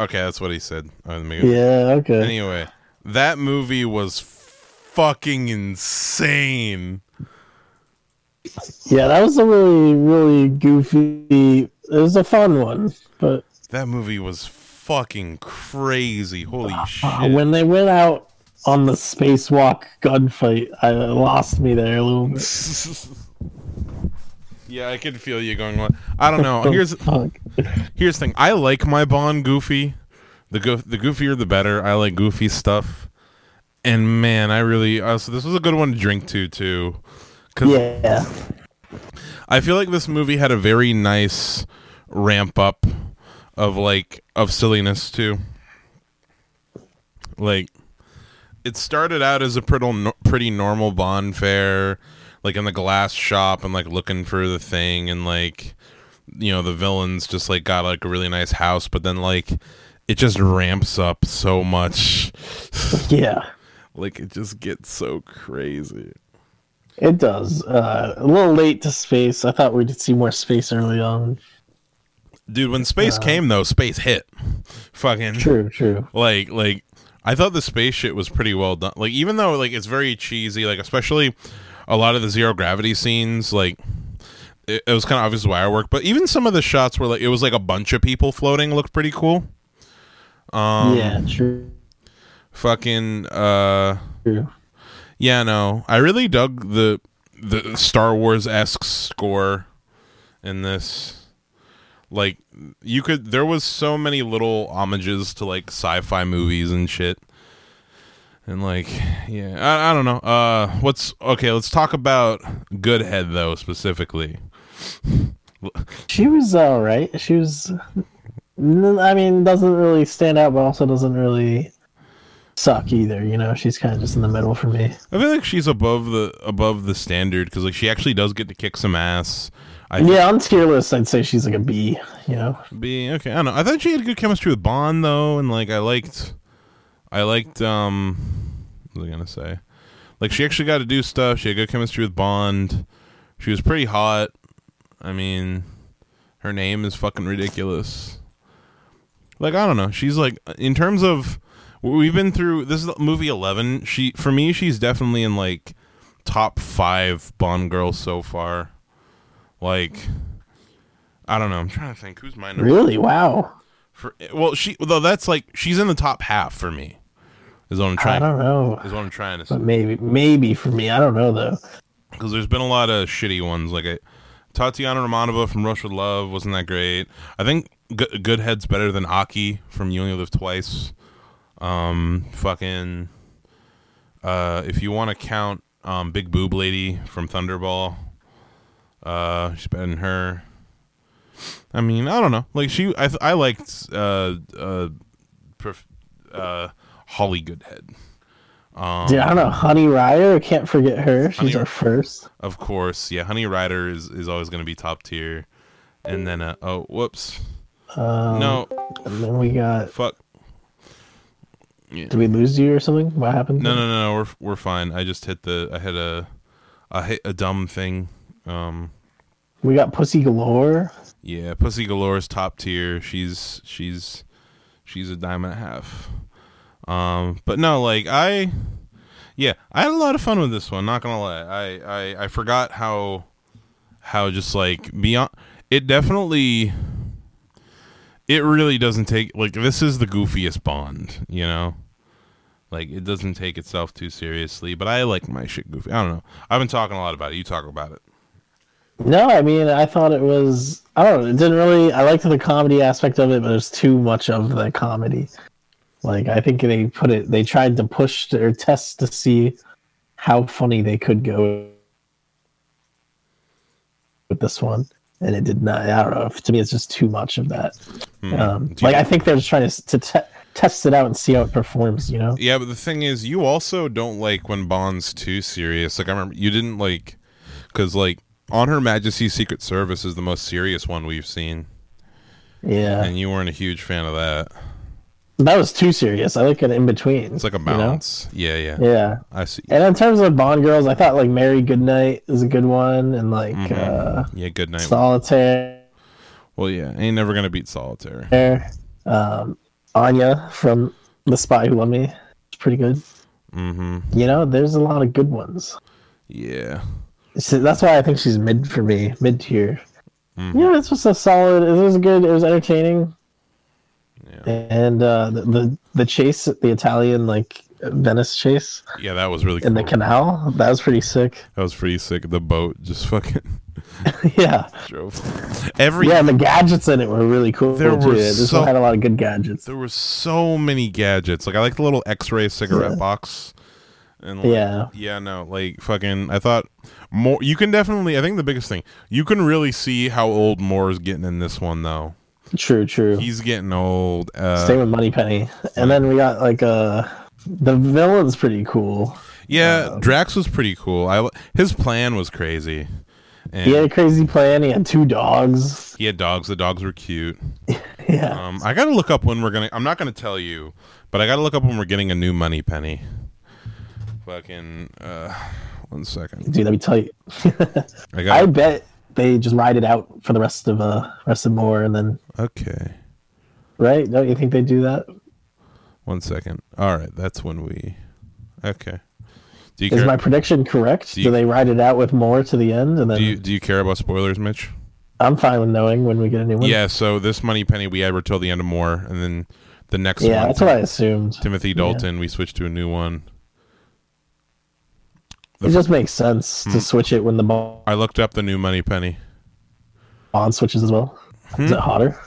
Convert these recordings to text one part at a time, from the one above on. Okay, that's what he said. I mean, Yeah, okay. Anyway, that movie was fucking insane. Yeah, that was a really, really goofy. It was a fun one, but That movie was fucking crazy. Holy shit. uh, when they went out on the spacewalk gunfight, I it lost me there a little bit. yeah, I could feel you going. "What?" I don't know. Here's Fuck. here's the thing. I like my Bond goofy. The go- the goofier the better. I like goofy stuff. And man, I really uh, so this was a good one to drink to too. 'Cause Yeah, I feel like this movie had a very nice ramp up of like of silliness too. Like it started out as a pretty no- pretty normal Bond fair, like in the glass shop and like looking for the thing and like you know the villains just like got like a really nice house, but then like it just ramps up so much. yeah, like it just gets so crazy. it does. Uh, a little late to space. I thought we'd see more space early on. Dude, when space came though, space hit. Fucking True, true. like like i thought the space shit was pretty well done like even though like it's very cheesy like especially a lot of the zero gravity scenes like it, it was kind of obvious wire work but even some of the shots where like it was like a bunch of people floating looked pretty cool yeah, true, fucking uh true. yeah no i really dug the the star wars-esque score in this like you could there was so many little homages to like sci-fi movies and shit and like yeah i, I don't know uh what's okay let's talk about goodhead though specifically She was all right. She was. n- I mean, doesn't really stand out, but also doesn't really suck either. You know, she's kind of just in the middle for me. i feel like she's above the above the standard because like she actually does get to kick some ass i think Yeah, on tier list, I'd say she's like a B. You know, Be okay. I don't know. I thought she had good chemistry with Bond though, and like I liked, I liked. Um, what was I gonna say? Like she actually got to do stuff. She had good chemistry with Bond. She was pretty hot. I mean, her name is fucking ridiculous. Like I don't know. She's like in terms of what we've been through. This is movie eleven. She for me, she's definitely in like top five Bond girls so far. Like. I don't know. I'm trying to think. Who's my number? really? Wow. For, well, she though that's like she's in the top half for me. Is what I'm I trying. don't know, Is what I'm trying to but say. maybe, maybe for me, I don't know though. Because there's been a lot of shitty ones. Like I, Tatiana Romanova from Rush with Love wasn't that great. I think G- Goodhead's better than Aki from You Only Live Twice. Um, fucking. Uh, if you want to count um, Big Boob Lady from Thunderball, uh, she's better than her. I mean, I don't know. Like she, I, th- I liked uh, uh, perf- uh, Holly Goodhead. Dude, I don't know. Honey Ryer, I can't forget her. She's Honey- our first. Of course, yeah. Honey Rider is, is always going to be top tier, and then uh, oh whoops, Um, no And then we got. fuck, Did we lose you or something? What happened? no no no no, we're we're fine. I just hit the I had a I hit a dumb thing. Um, We got Pussy Galore. yeah, Pussy Galore's top tier. She's she's she's a dime and a half. Um, but no, like I, yeah, I had a lot of fun with this one. Not gonna lie, I I, I forgot how how just like beyond it definitely it really doesn't take like this is the goofiest bond you know like it doesn't take itself too seriously but i like my shit goofy i don't know i've been talking a lot about it you talk about it No, I mean, I thought it was. I don't know. It didn't really. I liked the comedy aspect of it, but there's too much of the comedy. Like, I think they put it. They tried to push to- or test to see how funny they could go with this one, and it did not. I don't know. To me, it's just too much of that. Um, Hmm. Do you- like, I think they're just trying to, to te- test it out and see how it performs. You know? Yeah, but the thing is, you also don't like when Bond's too serious. Like I remember you didn't like because like on Her Majesty's Secret Service is the most serious one we've seen, Yeah. and you weren't a huge fan of that. That was too serious. I like an in between. It's like a balance. Yeah, yeah, You know? Yeah. I see. And in terms of Bond girls, I thought like Mary Goodnight is a good one, and like uh, Yeah, good night. Solitaire. well, yeah, ain't never gonna beat Solitaire. Um, Anya from The Spy Who Loved Me. It's pretty good. Mm-hmm. You know, there's a lot of good ones. Yeah. So that's why I think she's mid for me, mid tier. Mhm. Yeah, this was a solid. It was good. It was entertaining, yeah. and uh, the, the the chase, the Italian like Venice chase Yeah, that was really cool. in the canal, that was pretty sick. that was pretty sick. The boat just fucking yeah, drove. Every yeah, and the gadgets in it were really cool. There too. were this so- one had a lot of good gadgets. there were so many gadgets. Like I like the little X-ray cigarette Yeah. box. And like, Yeah, Yeah, no, like fucking. I thought more. You can definitely. I think the biggest thing you can really see how old Moore's getting in this one, though. true, true. He's getting old. Same Uh, with Money Penny, and then we got like uh the villain's pretty cool. yeah, Drax was pretty cool. I li- his plan was crazy. And He had a crazy plan. He had two dogs. he had dogs. The dogs were cute. Yeah. Um, I gotta look up when we're gonna. I'm not gonna tell you, but I gotta look up when we're getting a new Money Penny. Fucking. Uh, one second. Dude, let me tell you. I I got. bet they just ride it out for the rest of uh rest of more and then okay. right? Don't you think they do that? One second. All right. That's when we. Okay. Do you Is care? my prediction correct? Do Do, you- they ride it out with more to the end and then Do you do you care about spoilers, Mitch? I'm fine with knowing when we get a new one. Yeah. So this Money Penny we had were till the end of more, and then the next Yeah, one, that's what I assumed. Timothy Dalton, we switched to a new one. It just makes sense Hmm. to switch it when the ball I looked up the new Money Penny. bond switches as well. Is Hmm? it hotter?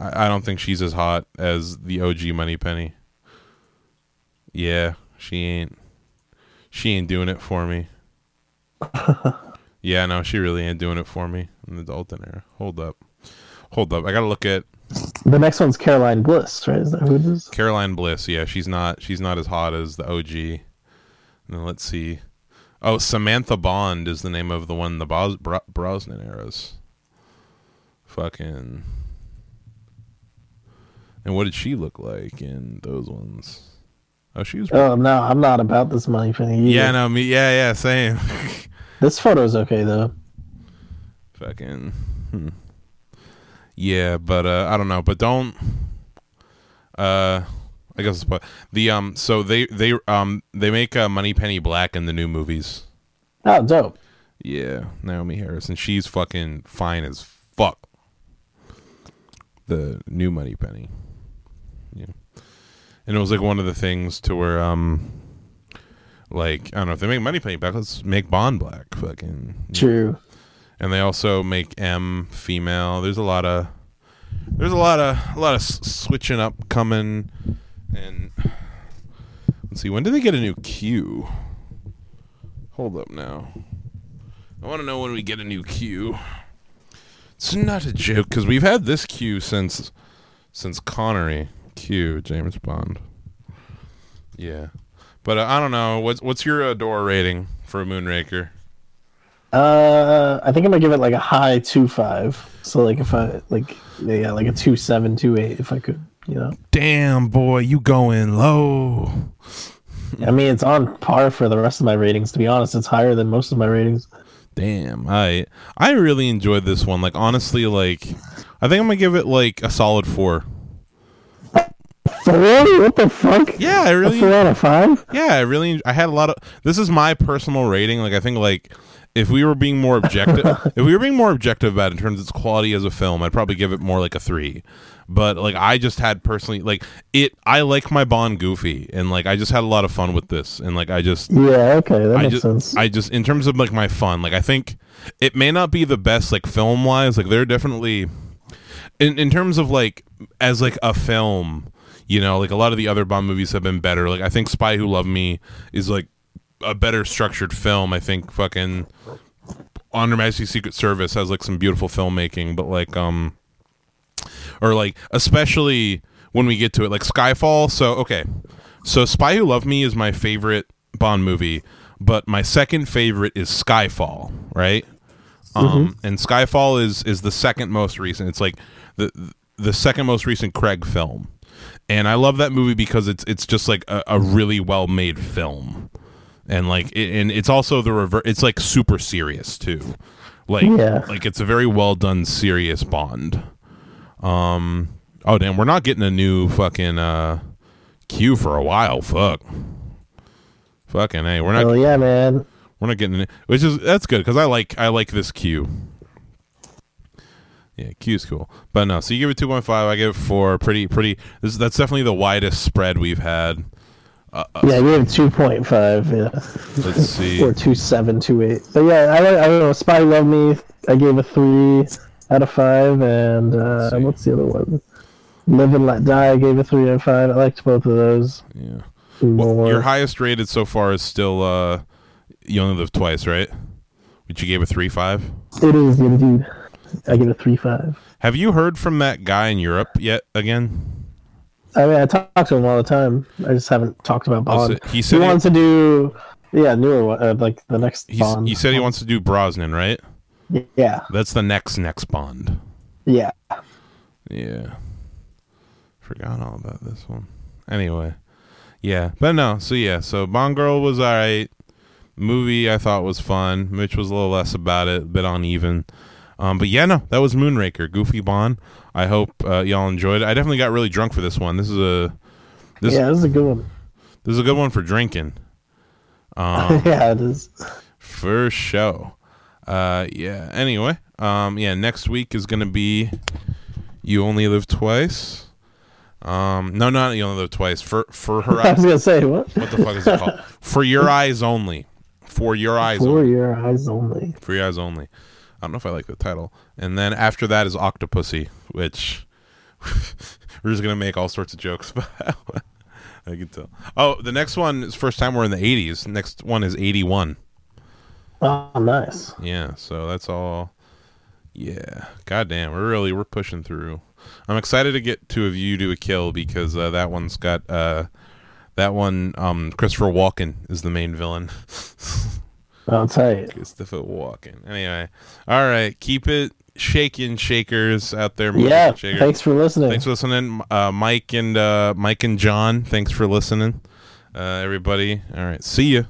I, I don't think she's as hot as the OG Money Penny. Yeah, she ain't. She ain't doing it for me. yeah, no, she really ain't doing it for me in the Dalton era. Hold up, hold up. I gotta look at The next one's Caroline Bliss, right? Is that who it is? Caroline Bliss, yeah, she's not she's not as hot as the OG. And then let's see. Oh, Samantha Bond is the name of the one in the Bos- Bro- Brosnan eras. Fucking. And what did she look like in those ones? Oh, she was. Oh no, I'm not about this money penny. Either. yeah, no, me, yeah, yeah, same. This photo's okay though. Fucking. Hmm. Yeah, but uh, I don't know. But don't. Uh, I guess it's, the um. So they they um they make uh, Money Penny black in the new movies. Oh, dope. Yeah, Naomi Harris, and she's fucking fine as fuck. The new Money Penny. Yeah, and it was like one of the things to where um. Like I don't know if they make Money Penny black, let's make Bond black. Fucking True. and they also make M female. There's a lot of there's a lot of a lot of s- switching up coming, and let's see when do they get a new Q? Hold up now, I want to know when we get a new Q. It's not a joke because we've had this Q since since Connery Q James Bond. Yeah, but uh, I don't know what's what's your adore rating for Moonraker. Uh, I think I'm gonna give it like a high two five. So like if I like yeah like a two seven two eight if I could you know damn boy you going low I mean it's on par for the rest of my ratings to be honest it's higher than most of my ratings. damn i i really enjoyed this one like honestly like i think i'm gonna give it like a solid four Really? What the fuck? yeah i A really four out of five? yeah i really i had a lot of this is my personal rating like i think like if we were being more objective if we were being more objective about it in terms of its quality as a film i'd probably give it more like a three but like i just had personally like it i like my bond goofy and like i just had a lot of fun with this and like i just Yeah. Okay, that I makes just, sense. I just, in terms of like my fun, like I think it may not be the best, like film wise. Like they're definitely, in in terms of like as like a film, you know, like a lot of the other Bond movies have been better. Like I think Spy Who Loved Me is like a better structured film. I think fucking On Her Majesty's Secret Service has like some beautiful filmmaking, but like um, or like especially when we get to it, like Skyfall. So okay, so Spy Who Loved Me is my favorite Bond movie, but my second favorite is Skyfall, right? Um, and Skyfall is is the second most recent. It's like the the second most recent Craig film, and I love that movie because it's it's just like a, a really well made film, and like it, and it's also the reverse. It's like super serious too, like Yeah. like it's a very well done serious Bond. Um, Oh damn, we're not getting a new fucking uh queue for a while. Fuck. Fucking hey, we're not Hell yeah, man. we're not getting it, which is that's good because I like I like this queue. Yeah, Q's cool, but no. So you give it two point five, I give it four. Pretty, pretty. This that's definitely the widest spread we've had. Uh, Yeah, we have two point five. Yeah. Let's see. Or two seven two eight. But yeah, I, don't- I don't know. Spy Love Me. I gave a three out of five, and uh, see. what's the other one? Live and Let Die. I gave a three out of five. I liked both of those. Yeah. more. Your highest rated so far is still uh, "You Only Live Twice," right? Which you gave a three five. It is indeed. I give it three five. Have you heard from that guy in Europe yet? Again, I mean, I talk talk to him all the time. I just haven't talked about Oh, so Bond. he said he- wants to do, yeah, newer one, uh, like the next He's, Bond. he said he wants to do Brosnan, right? yeah, That's the next next Bond. yeah. Yeah. Forgot all about this one. Anyway. Yeah. But no, so yeah, so Bond Girl was alright. Movie I thought was fun. Mitch was a little less about it, a bit uneven. Um, but yeah, no, that was Moonraker, Goofy Bond. I hope uh, y'all enjoyed it. I definitely got really drunk for this one. This is a this yeah, this is a good one. this is a good one for drinking. Uh-huh. yeah, it is. for show. Uh, yeah. Anyway, um, yeah. Next week is gonna be "You Only Live Twice." Um, no, not "You Only Live Twice." For for her I was eyes. gonna say what? What the fuck is it called? For your eyes only. For your eyes. For only. your eyes only. For your eyes only. I don't know if I like the title. And then after that is Octopussy, which we're just gonna make all sorts of jokes about. I can tell. Oh, the next one is first time we're in the 80s. Next one is 81. Oh, nice. Yeah, so that's all. Yeah, goddamn, we're really we're pushing through. I'm excited to get to a view to a kill because uh, that one's got uh, that one. Um, Christopher Walken is the main villain. I'll tell you. Christopher Walken. Anyway, all right, keep it shaking, shakers out there. moving Yeah. shakers. Thanks for listening. Thanks for listening, uh, Mike and uh, Mike and John. Thanks for listening, uh, everybody. All right, see ya.